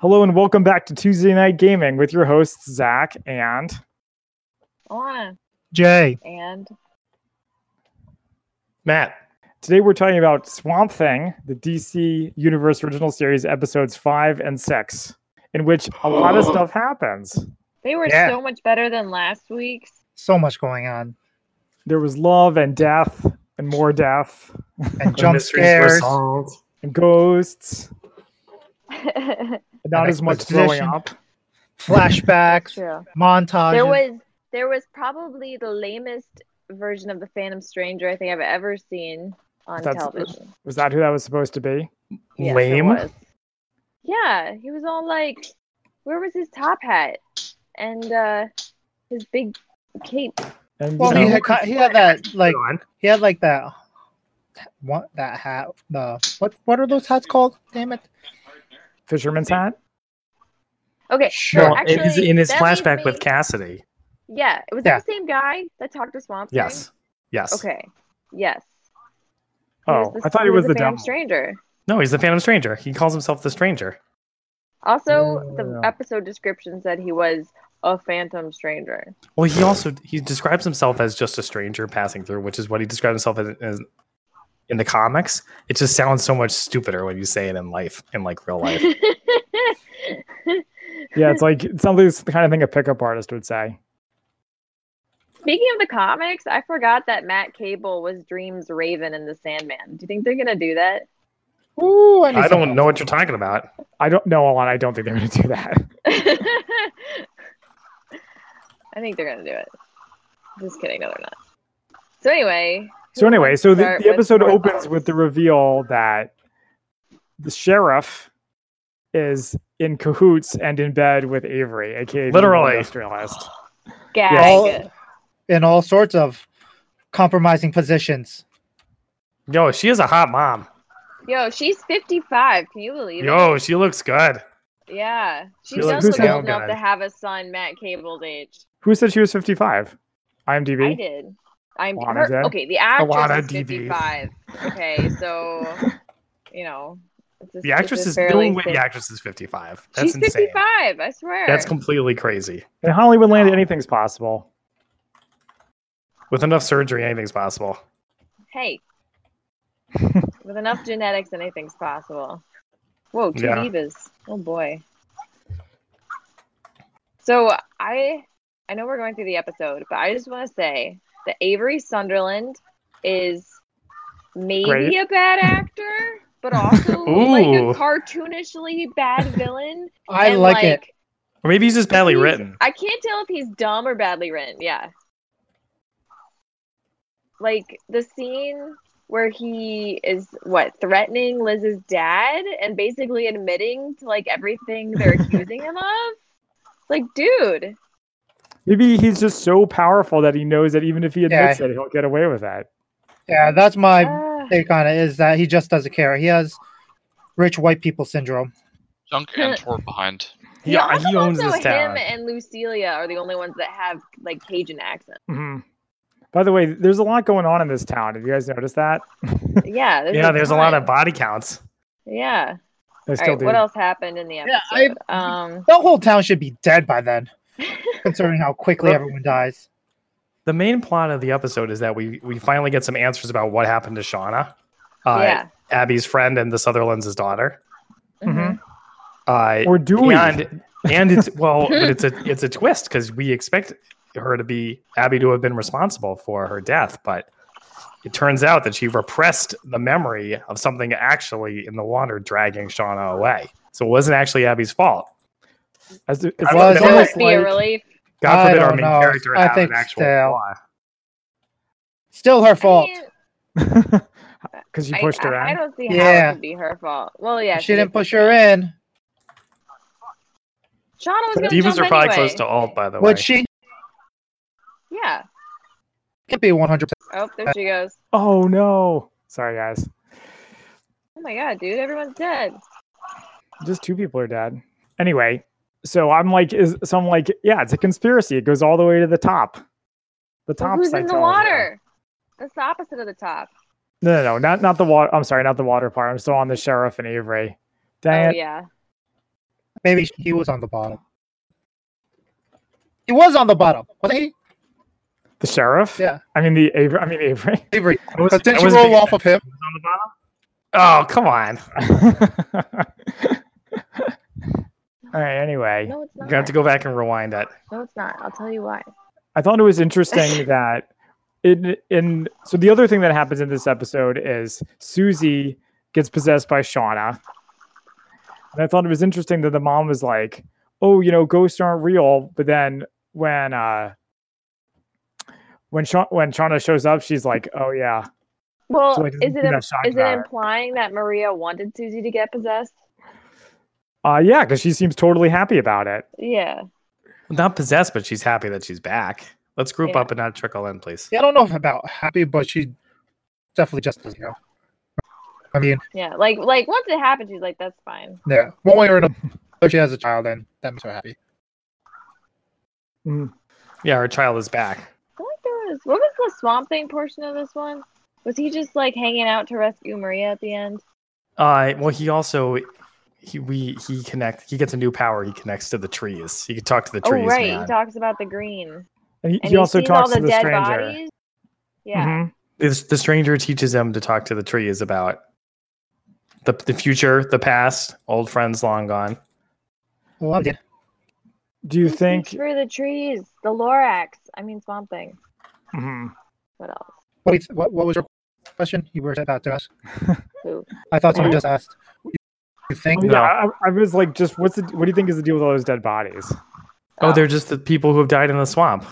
Hello and welcome back to Tuesday Night Gaming with your hosts, Zach and. Alana Jay, and Matt. Today we're talking about Swamp Thing, the DC Universe Original Series episodes five and six, in which a lot of stuff happens. they were Yeah. so much better than last week's. so much going on. There was love and death and more death And The jump mysteries Were scares. solved. and ghosts, and not And as much throwing exposition. up. flashbacks, True. montages. There was there was probably the lamest version of the Phantom Stranger I think I've ever seen on That's- television. Was that who that was supposed to be? Yes, it Lame. was. Yeah, he was all like, "Where was his top hat and uh, his big cape?" And well, you he know, had ki- he had that like Go on. he had like that what that hat the what what are those hats called? Damn it! Fisherman's hat. Okay, Sure. so actually, in his, in his that leads flashback me- with Cassidy. yeah, was Yeah. that the same guy that talked to Swamp? Thing? Yes. Yes. Okay. Yes. He was Oh, the- I thought he was the Phantom devil. Stranger. No, he's the Phantom Stranger. He calls himself the Stranger. Also, the Yeah. episode description said he was a phantom stranger. Well, he also he describes himself as just a stranger passing through, which is what he describes himself as, as in the comics. It just sounds so much stupider when you say it in life, in like real life. Yeah, it's like it sounds like it's the kind of thing a pickup artist would say. Speaking of the comics, I forgot that Matt Cable was Dream's Raven in The Sandman. Do you think they're gonna do that? Ooh, need I some don't help. know what you're talking about. I don't know, Alana. I don't think they're going to do that. I think they're gonna do it. Just kidding, no, they're not. So anyway. So anyway, so the, Start the with episode more opens thoughts. with the reveal that the sheriff is in cahoots and in bed with Avery, aka the Literally. industrialist. Gag. All, in all sorts of compromising positions. Yo, she is a hot mom. Yo, she's fifty-five. Can you believe it? Yo, she looks good. Yeah, she She does looks look so old enough good. to have a son Matt Cable's age. Who said she was fifty-five? I IMDb. did. I'm Lana her, did? okay. The actress Alana is DB. 55. Okay, so you know, it's just- The it's actress just is no barely way. fit. The actress is 55. That's She's insane. 55. I swear. That's completely crazy. In Hollywoodland, anything's possible. With enough surgery, anything's possible. hey, with enough genetics, anything's possible. Whoa, two Yeah. divas. Oh boy. So I, I know we're going through the episode, but I just want to say that Avery Sunderland is maybe Great. a bad actor, but also like Ooh. a cartoonishly bad villain. I And, like, it. Or maybe he's just badly he's- written. I can't tell if he's dumb or badly written. Yeah. Like the scene where he is what threatening Liz's dad and basically admitting to like everything they're accusing him of. It's Like, dude, Maybe he's just so powerful that he knows that even if he admits it, he'll get away with that. Yeah, that's my ah, take on it. Is that he just doesn't care? He has rich white people syndrome. Junk and Tor behind. he Yeah, he also- owns also this town. Him and Lucilia are the only ones that have like Cajun accents. Mhm. By the way, there's a lot going on in this town. Have you guys noticed that? Yeah, there's Yeah, there's a lot ton. of body counts. yeah. They All still right, do. what else happened in the Yeah, episode? um, That whole town should be dead by then, considering how quickly everyone dies. The main plot of the episode is that we we finally get some answers about what happened to Shauna, uh, yeah. Abby's friend and the Sutherlands' daughter. Mm-hmm. Mm-hmm. Mhm. Uh, Or do we? and and it's well, but it's a it's a twist because we expect her to be Abby to have been responsible for her death, but it turns out that she repressed the memory of something actually in the water dragging Shauna away. So it wasn't actually Abby's fault. As- it's I like- was- That almost must be a like- relief. God I forbid our don't main know. character I have an think actual still- flaw. Still her I fault. mean, Because you I- pushed I, her I, out. don't see how Yeah. it could be her fault. Well, yeah, she didn't did push her in. Shauna was going to Divas jump are probably anyway. close to alt, by the way. Would she Yeah. can't be 100%. Oh, there she goes. Oh no! Sorry, guys. Oh my god, dude, everyone's dead. Just two people are dead. Anyway, so I'm like, is so I'm like, yeah, it's a conspiracy. It goes all the way to the top. The Well, top. who's in the cycle. water? That's the opposite of the top. No, no, no, not not the water. I'm sorry, not the water part. I'm still on the sheriff and Avery. Dang oh it! yeah. Maybe he was on the bottom. He was on the bottom, was he? The sheriff. Yeah. I mean the Avery. I mean Avery. Avery. I was, But didn't I you was roll thinking off of him? it was on the bottom. Oh, come on. All right. Anyway, No, it's You're not. gonna have to go back and rewind that. No, it's not. I'll tell you why. I thought it was interesting that in in so the other thing that happens in this episode is Susie gets possessed by Shauna. And I thought it was interesting that the mom was like, "Oh, you know, ghosts aren't real." But then when uh when Sha- when Shauna shows up, she's like, "Oh yeah." Well, So, like, is it that im- shocked is it about her. implying that Maria wanted Susie to get possessed? Uh yeah, because she seems totally happy about it. Yeah. Not possessed, but she's happy that she's back. Let's group Yeah. up and not trickle in, please. Yeah, I don't know if about happy, but she definitely just is, you know. I mean, Yeah. Like like once it happened, she's like, that's fine. yeah, one way or another, she has a child, and that makes her happy. Yeah, our child is back. I feel like there was what was the swamp thing portion of this one? Was he just like hanging out to rescue Maria at the end? Uh, well, he also he we he connect. He gets a new power. He connects to the trees. He can talk to the trees. oh right, man. he talks about the green. And he, And he also sees talks all the to the dead stranger. bodies. Yeah. Mhm. This- the stranger teaches him to talk to the trees about the the future, the past, old friends long gone. Loved it. Do you He think? speaks through the trees, the Lorax. I mean Swamp Thing. Mhm. What else? What, do you- what, what was your question you were about to ask? Who? I thought someone just asked. You think? Yeah, I, I was like, just what's the, what do you think is the deal with all those dead bodies? Oh, they're just the people who have died in the swamp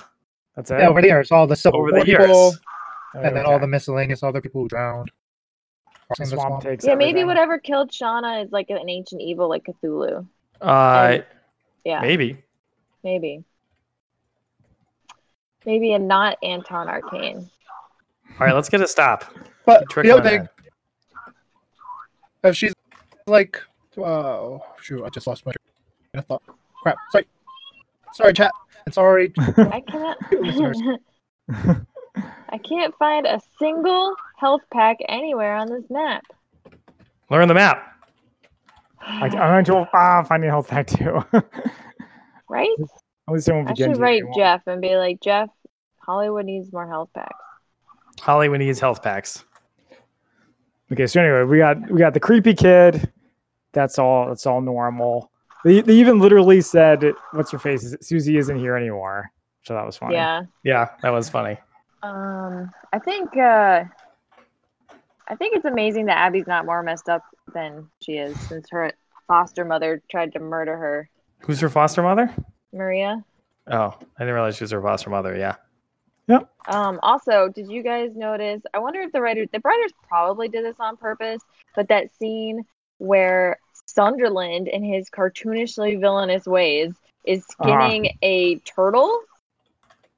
That's it. Yeah, over the years, all the civil over War the years. people, and Okay. then all the miscellaneous other people who drowned. The In the swamp swamp. takes Yeah, maybe everything. whatever killed Shauna is like an ancient evil, like Cthulhu. Uh, Yeah, maybe. maybe. Maybe, and not Anton Arcane. All right, let's get a stop. But Trick the on other thing, if she's like, oh shoot, I just lost my train of thought. Crap. Sorry, sorry, chat. And sorry, I cannot. Listeners. I can't find a single health pack anywhere on this map. Learn the map. I, I'm going to ah, find a health pack too. At right? least it won't I begin. should to write anymore. Jeff and be like, Jeff, Hollywood needs more health packs. Hollywood needs health packs. Okay, so anyway, we got we got the creepy kid. That's all. That's all normal. They, they even literally said, "What's her face? Susie isn't here anymore." So that was funny. Yeah. Yeah, that was funny. Um, I think uh, I think it's amazing that Abby's not more messed up than she is since her foster mother tried to murder her. Who's her foster mother? Maria. Oh, I didn't realize she was her foster mother. Yeah. Um, also, did you guys notice? I wonder if the writers, the writers probably did this on purpose, but that scene where Sunderland, in his cartoonishly villainous ways, is skinning a turtle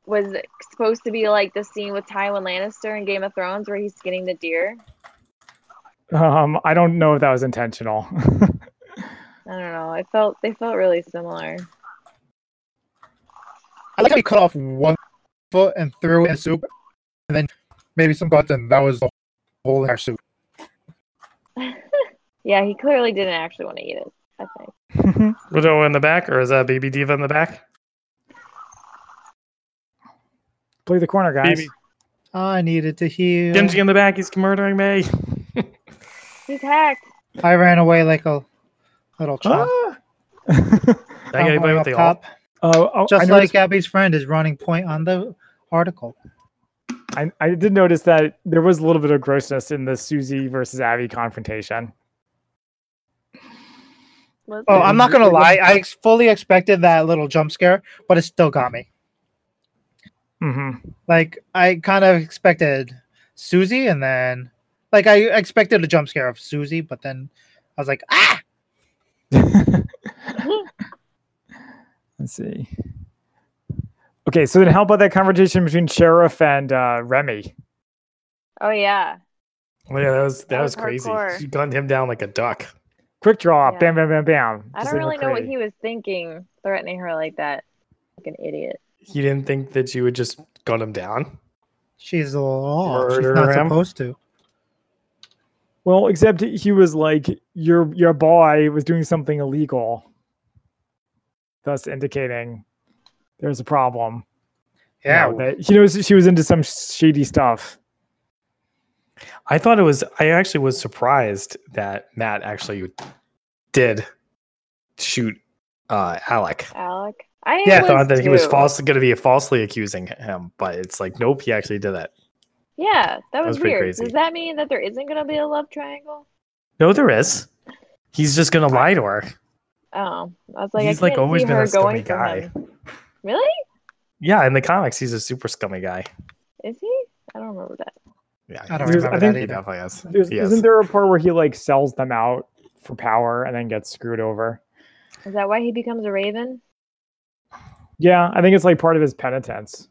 was supposed to be like the scene with Tywin Lannister in Game of Thrones where he's skinning the deer. Um, I don't know if that was intentional. I don't know. I felt they felt really similar. I like how he cut off one foot and threw it in soup, and then maybe some guts, and that was the whole entire soup. Yeah, he clearly didn't actually want to eat it. I think. Widow in the back, or is that Baby Diva in the back? Play the corner, guys. Baby I needed to heal. Dimsy in the back. He's murdering me. He's hacked. I ran away like a little child. Ah! Did I get anybody with the all? top, oh, oh, I just noticed- like Abby's friend is running point on the article. I, I did notice that there was a little bit of grossness in the Susie versus Abby confrontation. Was Oh, it? I'm not gonna lie. I ex- fully expected that little jump scare, but it still got me. Mm-hmm. Like I kind of expected Susie, and then like I expected a jump scare of Susie, but then I was like, ah, Let's see. Okay, so then how about that conversation between Sheriff and uh, Remy? Oh yeah. Oh, yeah, that was that, That was, was crazy. hardcore. She gunned him down like a duck. Quick draw, Yeah. bam, bam, bam, bam. I Just don't like really know what McCree. he was thinking, threatening her like that. Like an idiot. He didn't think that she would just gun him down. she's the law. She's Murder not him. supposed to. Well, except he was like, your your boy was doing something illegal. thus indicating there's a problem. you Yeah. know, that he knows that she was into some shady stuff. I thought it was. I actually was surprised that Matt actually did shoot uh, Alec. Alec. I Yeah, I was thought that he was too. falsely going to be falsely accusing him, but it's like, nope, he actually did that. Yeah, that was, was pretty weird. crazy. Does that mean that there isn't going to be a love triangle? No, there is. He's just going to lie to her. Oh, I was like, He's, I like, can't always see been her a going scummy for guy. him. Really? Yeah, in the comics, he's a super scummy guy. Is he? I don't remember that. Yeah, I don't he's- There's- I think- remember that he either. definitely is. There's, He is. Isn't there a part where he like sells them out for power and then gets screwed over? Is that why he becomes a raven? Yeah, I think it's like part of his penitence.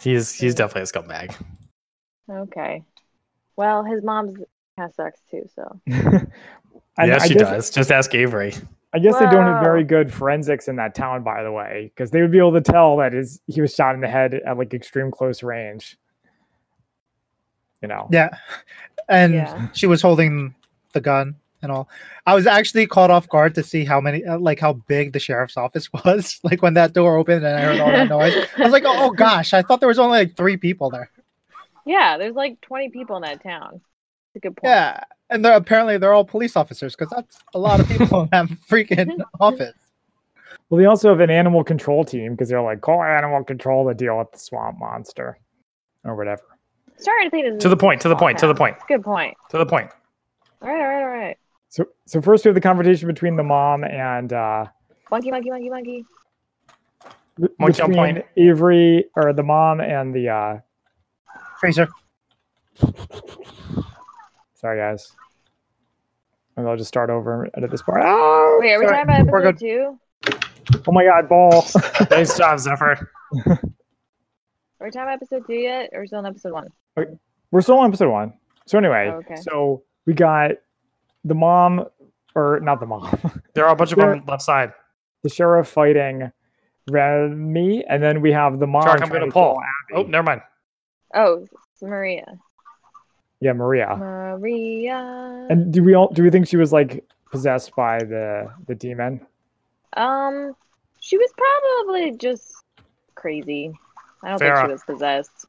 He's he's definitely a scumbag. Okay. Well, his mom's kind of sucks too. So And yeah, I she guess, does. Just ask Avery. I guess they don't have Wow. very good forensics in that town, by the way, because they would be able to tell that is he was shot in the head at like extreme close range. You know, Yeah. And Yeah. she was holding the gun and all. I was actually caught off guard to see how many, uh, like, how big the sheriff's office was. like, when that door opened and I heard all that noise, I was like, oh, oh, gosh, I thought there was only like three people there. yeah, there's like 20 people in that town. That's a good point. Yeah. And they're apparently they're all police officers because that's a lot of people in that freaking office. well, they also have an animal control team because they're like, call animal control to deal with the swamp monster or whatever. Starting to think this To is the a point, to the small point, to the town. point. It's a Good point. To the point. All right, all right, all right. So, so first we have the confrontation between the mom and uh, Monkey, monkey, monkey, monkey. b- Monkey on between point. Avery or the mom and the uh, Fraser. sorry guys. Maybe I'll just start over and edit this part. Oh, Wait, are we sorry. talking about We're episode two? oh my god, ball. Nice job, Zephyr. Are we talking about episode two yet, or are we still on episode one? We're still on episode one. So anyway, Oh, okay. so we got the mom or not the mom, There are a bunch of them left side. the sheriff fighting Remy, and then we have the mom. Shark, I'm trying gonna to kill pull. Abby. Oh, never mind. Oh, it's Maria. Yeah, Ah. Maria. Maria. And do we all do we think she was like possessed by the the demon? Um, she was probably just crazy. I don't think Farrah. she was possessed.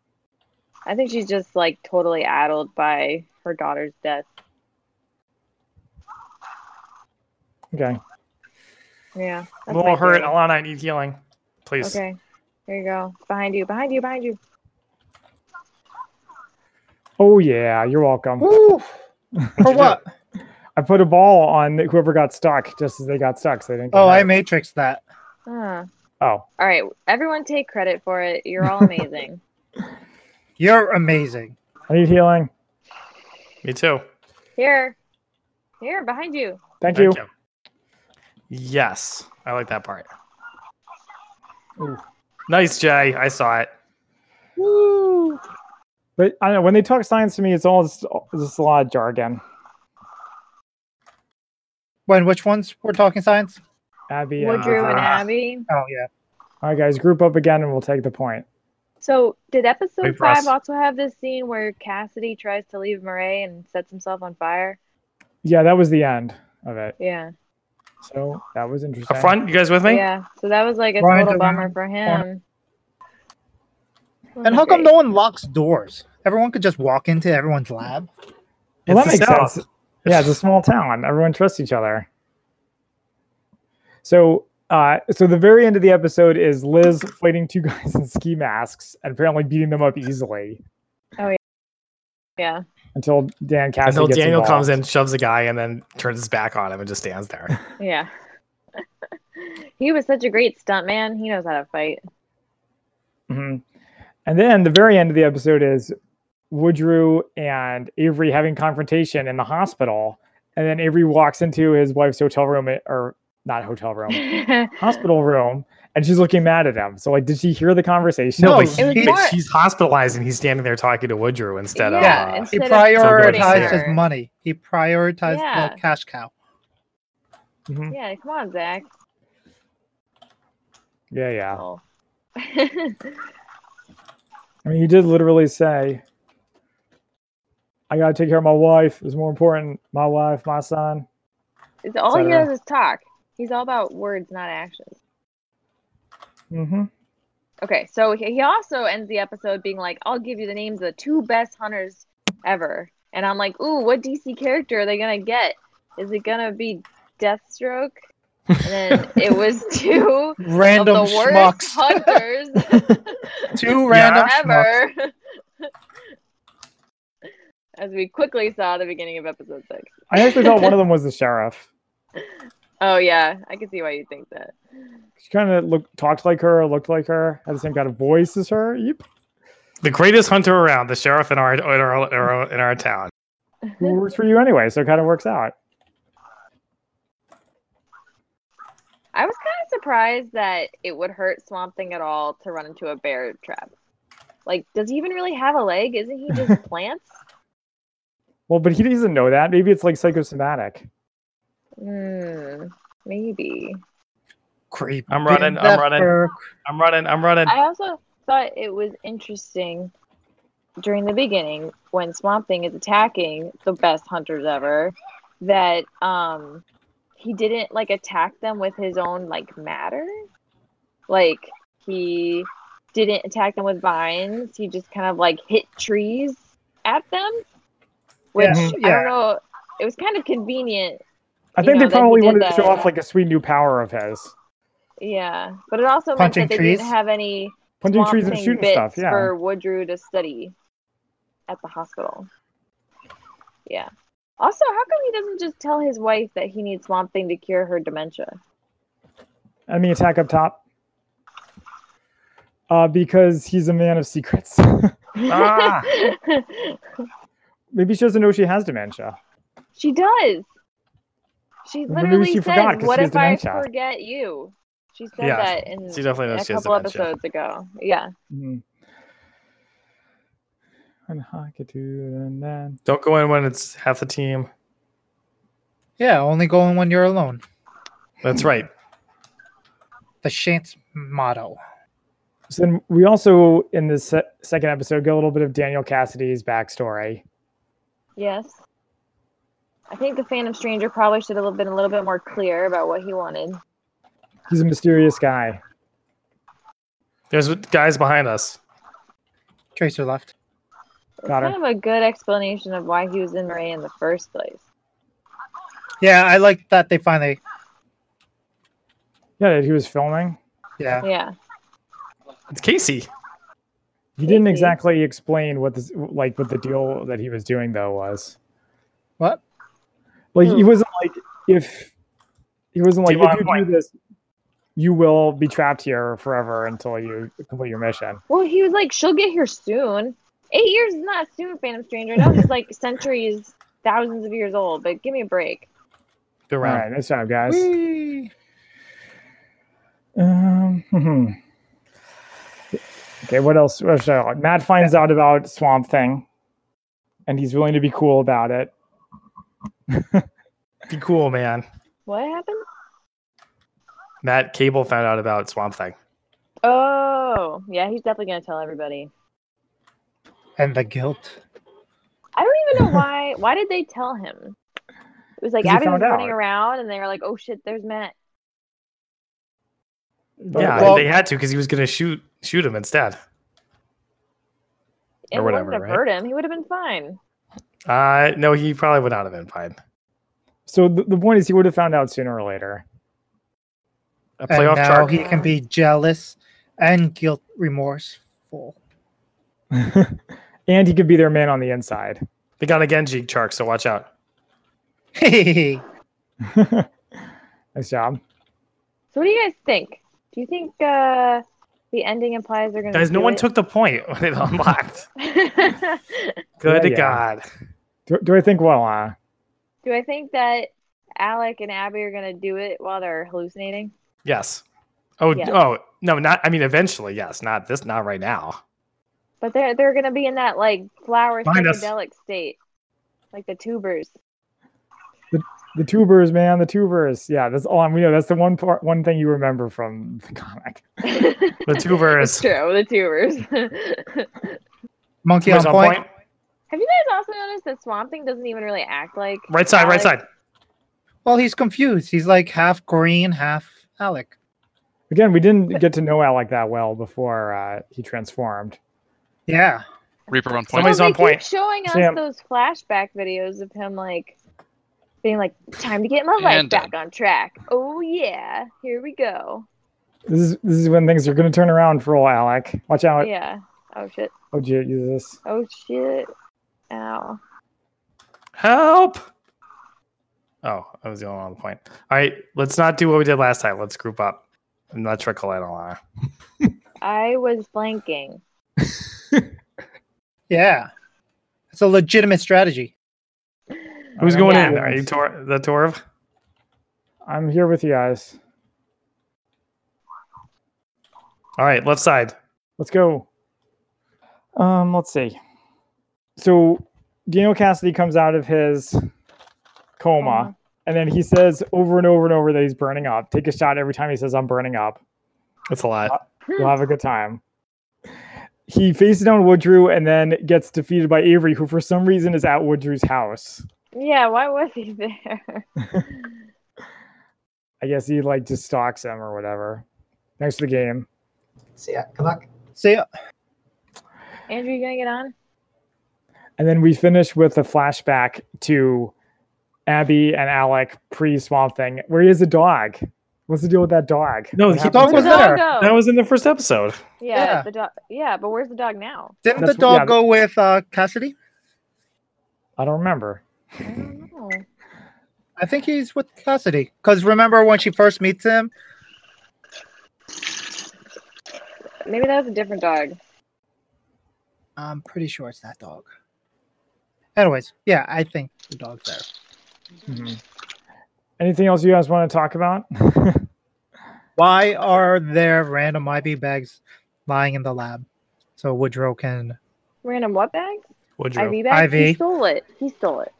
I think she's just like totally addled by her daughter's death. Okay. Yeah. that's my Little hurt. theory. Alana, I need healing. Please. Okay. Here you go. Behind you. Behind you. Behind you. Oh yeah, you're welcome. Woo! For do? what? I put a ball on whoever got stuck just as they got stuck, so they didn't. get Oh, I hurt. matrix that. Huh. Oh, All right. Everyone take credit for it. You're all amazing. You're amazing. I need healing. Me too. Here. Here. Behind you. Thank, you. Yes, I like that part. Ooh. Nice, Jay. I saw it. But I don't know when they talk science to me, it's all just, it's just a lot of jargon. When which ones were talking science? Abby, and Woodrow and Ah. Abby. Oh yeah. All right, guys, group up again, and we'll take the point. So, did episode Wait for five us. also have this scene where Cassidy tries to leave Murray and sets himself on fire? Yeah, that was the end of it. Yeah. So that was interesting. Up front, you guys with me? Yeah. So that was like a Ryan total doesn't- bummer for him. And how come no Great. one locks doors? Everyone could just walk into everyone's lab. Well, It's that the makes South. sense. Yeah, it's a small town. Everyone trusts each other. So, uh, so the very end of the episode is Liz fighting two guys in ski masks and apparently beating them up easily Yeah. until Dan Cassidy Until gets Daniel comes in, involved. shoves a guy, and then turns his back on him and just stands there. Yeah. he was such a great stunt man. He knows how to fight. Mhm. And then the very end of the episode is Woodrow and Avery having confrontation in the hospital, and then Avery walks into his wife's hotel room or not hotel Oh. room. it hospital room and she's looking mad at him. So like, did she hear the conversation? No, No, but, it he, was but more- she's hospitalized, and he's standing there talking to Woodrow instead Yeah, of. Uh, it's- He Instead of supporting prioritized her. his money. He prioritized Yeah. the cash cow. yeah, come on, Zach. yeah, yeah. Oh. I mean, he did literally say, "I gotta take care of my wife. Is more important. My wife, my son." It's all he Cetera. does is talk. He's all about words, not actions. hmm Okay, so he he also ends the episode being like, "I'll give you the names of the two best hunters ever," and I'm like, "Ooh, what DC character are they gonna get? Is it gonna be Deathstroke?" And then it was two of Random the worst schmucks. hunters Two random schmucks. ever, as we quickly saw at the beginning of episode six. I actually thought one of them was the sheriff. Oh yeah, I can see why you think that. She kind of looked, talked like her, looked like her, had the same kind of voice as her. Yep. The greatest hunter around, the sheriff in our in our, in our, in our town. Who works for you anyway? So it kind of works out. I was kind of surprised that it would hurt Swamp Thing at all to run into a bear trap. Like, does he even really have a leg? Isn't he just plants? Well, but he doesn't know that. Maybe it's like psychosomatic. Hmm, maybe. Creep. I'm running, I'm running. I'm running. I'm running. I also thought it was interesting during the beginning when Swamp Thing is attacking the best hunters ever that um he didn't like attack them with his own like matter. Like he didn't attack them with vines. He just kind of like hit trees at them. Which Yeah, I yeah. don't know. It was kind of convenient I You think know, that they he probably did wanted that. to show off like a sweet new power of his. Yeah, but it also Punching meant that they trees? didn't have any Punching swamp trees and thing shooting bits stuff. Yeah. for Woodrow to study at the hospital. Yeah. Also, how come he doesn't just tell his wife that he needs Swamp Thing to cure her dementia? I mean, attack up top. Uh, because he's a man of secrets. Ah. Maybe she doesn't know she has dementia. she does. She Maybe literally she said, forgot 'cause she "What has if I dementia." forget you?" She said Yeah, that in she definitely a knows she has couple dementia. episodes ago. Yeah. Mhm. And I could do it and then- Don't go in when it's half the team. Yeah, only going when you're alone. That's right. The Shant's motto. So then we also, in this se- second episode, get a little bit of Daniel Cassidy's backstory. Yes. I think the Phantom Stranger probably should have been a little bit more clear about what he wanted. He's a mysterious guy. There's guys behind us. Tracer left. It's Got her. kind of a good explanation of why he was in Ray in the first place. Yeah, I like that they finally. Yeah, that he was filming. Yeah, Yeah. It's Casey. He didn't Mhm. exactly explain what this, like, what the deal that he was doing though was. What? Like, he Hmm. wasn't like if he wasn't like Do you want if a you do this, you will be trapped here forever until you complete your mission. Well, he was like, she'll get here soon. Eight years is not soon, Phantom Stranger. That was like centuries, thousands of years old, but give me a break. Good All round. right, next time, guys. Whee! Um, hmm. Okay, what else? What should I- Matt finds out about Swamp Thing, and he's willing to be cool about it. Be cool, man. What happened? Matt Cable found out about Swamp Thing. Oh, yeah, he's definitely going to tell everybody. and the guilt. I don't even know why. Why did they tell him? It was like 'Cause he Abby was found out. running around and they were like, oh shit, there's Matt. yeah, Oh, well- they had to because he was going to shoot shoot him instead. And Or wouldn't whatever, have right? hurt him. He would have been fine. Uh, no, he probably would not have been fine. So the, the point is, he would have found out sooner or later. A And now playoff chart. he can be jealous and guilt remorseful. and he could be their man on the inside. They got a Genji chart, so watch out. Hey, nice job. So, what do you guys think? Do you think uh, the ending implies they're going to. Guys, no one took the point when it unlocked. Good Yeah, to yeah. God. Do, do I think well? Uh, Do I think that Alec and Abby are gonna do it while they're hallucinating? Yes. Oh, Yeah. oh, no, not, I mean, eventually, yes. Not this, not right now. But they're they're gonna be in that like flower Find us. psychedelic state, like the tubers. the tubers, man, the tubers. Yeah, that's all. We know that's the one part, one thing you remember from the comic. The It's tubers. true, the tubers. Have monkey on Tubers point. you guys also noticed that Swamp Thing doesn't even really act like Right side, right Alec? side. Well, he's confused. He's like half green, half Alec. Again, we didn't get to know Alec that well before uh, he transformed. Yeah. Reaper one point. Well, Somebody's they on keep point. showing us Sam. those flashback videos of him like being like, "Time to get my life And back done. on track." Oh yeah, here we go. This is this is when things are going to turn around for old Alec. Watch out! Yeah. Oh shit. Oh, gee, use this. Oh shit. Ow. Help! Oh, I was the only one on the point. All right, let's not do what we did last time. Let's group up. I'm not trickle in a lot. I was blanking. Yeah. It's a legitimate strategy. Who's Uh, going Yeah. in? Are you Tor- the Torv? I'm here with you guys. All right, left side. Let's go. Um, let's see. So Daniel Cassidy comes out of his coma, and then he says over and over and over that he's burning up. Take a shot every time he says, "I'm burning up." That's a lot. You'll have a good time. He faces down Woodrew and then gets defeated by Avery, who for some reason is at Woodrew's house. Yeah. Why was he there? I guess he like just stalks him or whatever. Thanks for the game. See ya. Good luck. See, Andrew, you gonna get on? And then we finish with a flashback to Abby and Alec pre Swamp Thing. Where is a dog? What's the deal with that dog? No, What the happened dog to was it? Where'd the there. dog go? That was in the first episode. yeah, Yeah. The dog. Yeah, but where's the dog now? didn't That's- the dog yeah. go with uh, Cassidy? I don't remember. I don't know. I think he's with Cassidy. Because remember when she first meets him? Maybe that was a different dog. I'm pretty sure it's that dog. Anyways, yeah, I think the dog's there. Mm-hmm. Anything else you guys want to talk about? Why are there random IV bags lying in the lab? So Woodrow can. Random what bag? Woodrow. IV bag. He IV. stole it. He stole it.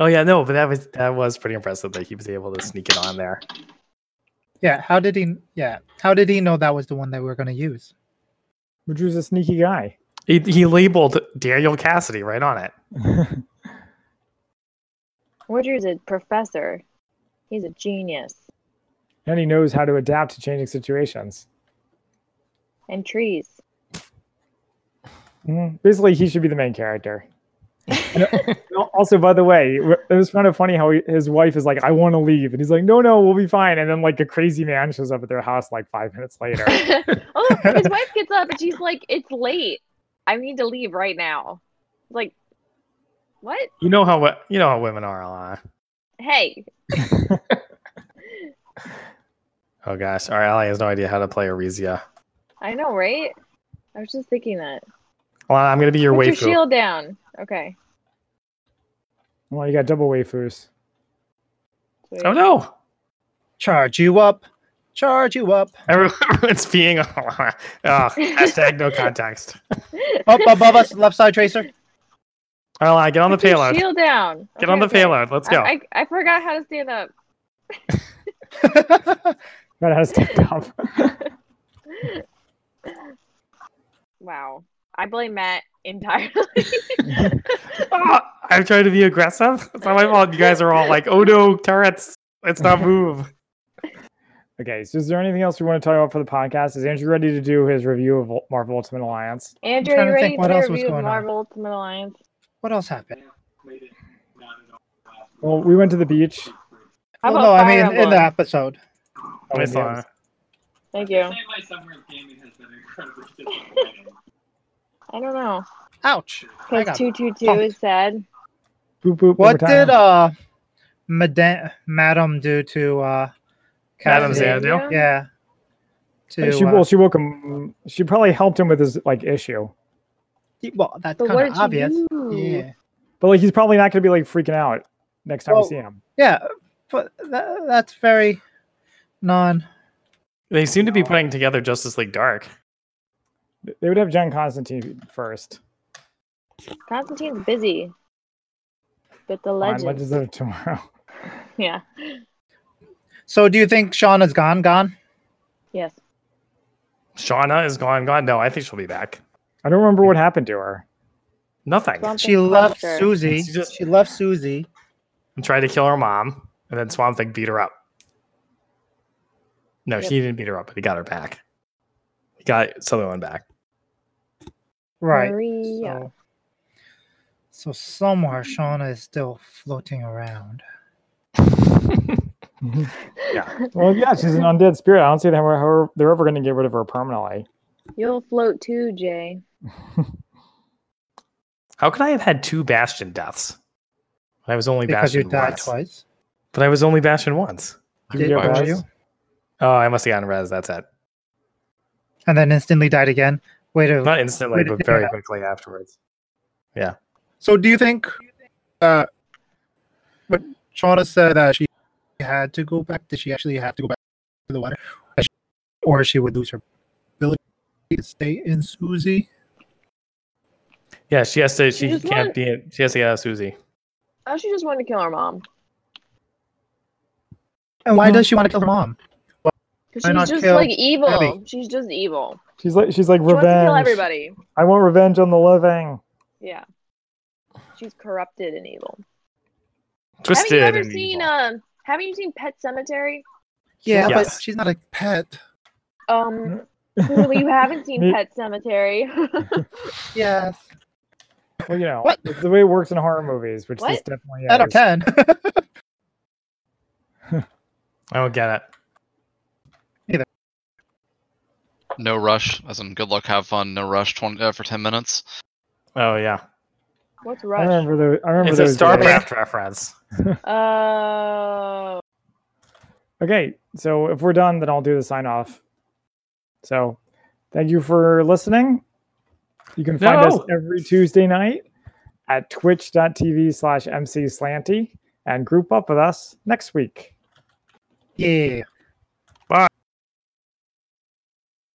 Oh yeah, no, but that was that was pretty impressive that he was able to sneak it on there. Yeah, how did he? Yeah, how did he know that was the one that we are going to use? Woodrew's a sneaky guy. He, he labeled Daniel Cassidy right on it. Woodrew's a professor. He's a genius. and he knows how to adapt to changing situations. And trees. Mhm. Basically, he should be the main character. And, uh, also, by the way, it was kind of funny how he, his wife is like, "I want to leave," and he's like, "No, no, we'll be fine." And then like a crazy man shows up at their house like five minutes later. oh, his wife gets up and she's like, "It's late. I need to leave right now." Like, what? You know how wo- you know how women are, Alana. Hey, Oh gosh, our ally has no idea how to play Arisia. I know, right? I was just thinking that. Alana, I'm gonna be your Put your waifu. shield down. Okay. well, you got double waifus. Sweet. Oh no, Charge you up, charge you up, everyone's being Alana. Oh, hashtag no context. up above us, left side tracer. Alana, get on the Put your payload. Shield down. Get Okay, on the okay. payload. Let's go. I, I, I forgot how to stand up. That has stepped up. Wow. I blame Matt entirely. Ah, I'm trying to be aggressive. It's not my fault. You guys are all like, "Oh no, turrets! Let's not move." okay, so is there anything else we want to talk about for the podcast? Is Andrew ready to do his review of Ul- Marvel Ultimate Alliance? Andrew, trying you to ready think what to else was review going on. Marvel Ultimate Alliance? What else happened? Well, we went to the beach. How well, about no, I Fire mean in Emblem? the episode. Oh, Nice, yeah. Alana. Thank you. my summer of gaming has been incredibly disappointing. I don't know. Ouch. I Because got two two two pumped. is sad. Boop, boop, What overtime. did uh, Madame, Madam do to uh, Madam Cassidy? Xanadu? Yeah. To, she, uh, well, she woke him. She probably helped him with his like issue, y- well, that's But what kind did of she obvious. do? Yeah. but like he's probably not going to be like freaking out next time Well, we see him. Yeah, but tha- that's very non. They seem to be putting together Justice League Dark. They would have John Constantine first. Constantine's busy. But the on legend. Legends of Tomorrow. Yeah. So, do you think Sean is gone? Gone? Yes. Shauna is gone, gone. No, I think she'll be back. I don't remember what happened to her. Nothing. Swamp She Thing left culture. Susie. She just- She left Susie. And tried to kill her mom, and then Swamp Thing beat her up. No, Yep. he didn't beat her up, but he got her back. He got Sutherland back. Right. Maria. So, so somewhere Shauna is still floating around. Yeah. Well, yeah, she's an undead spirit. I don't see that we're, how they're ever going to get rid of her permanently. You'll float too, Jay. How could I have had two Bastion deaths? I was only Because you Bastion died once. twice. But I was only Bastion once. Did Did, you why get would were Raz? you? Oh, I must have gotten Rez. That's it. And then instantly died again. Wait a Not instantly, Wait, but very yeah. quickly afterwards. So do you think uh but Shauna said that she had to go back, did she actually have to go back to the water? Or she would lose her ability to stay in Susie? Yeah, she has to. She, just can't won. be. in- She has to get out of Susie. Oh, she just wanted to kill her mom. And why does she want to kill her mom? Because Why she's not just kill like evil. Abby? She's just evil. She's like she's like She wants to kill revenge. everybody. I want revenge on the living. Yeah. She's corrupted and evil. Have Twisted. you ever and seen evil. um haven't you seen Pet Cemetery? Yeah, Yes. but she's not a pet. Um clearly you haven't seen Me- Pet Cemetery. Yes. Well, you know, What? it's the way it works in horror movies, which this What? definitely Out of is. 10. I don't get it. No rush, as in good luck, have fun. No rush, 20, uh, for ten minutes. Oh yeah, What's I Rush? remember those. I remember it's a those. days. Starcraft reference. Uh Okay, so if we're done, then I'll do the sign off. So, thank you for listening. You can find us No. every Tuesday night at twitch.tv slash mcslanty and group up with us next week. yeah.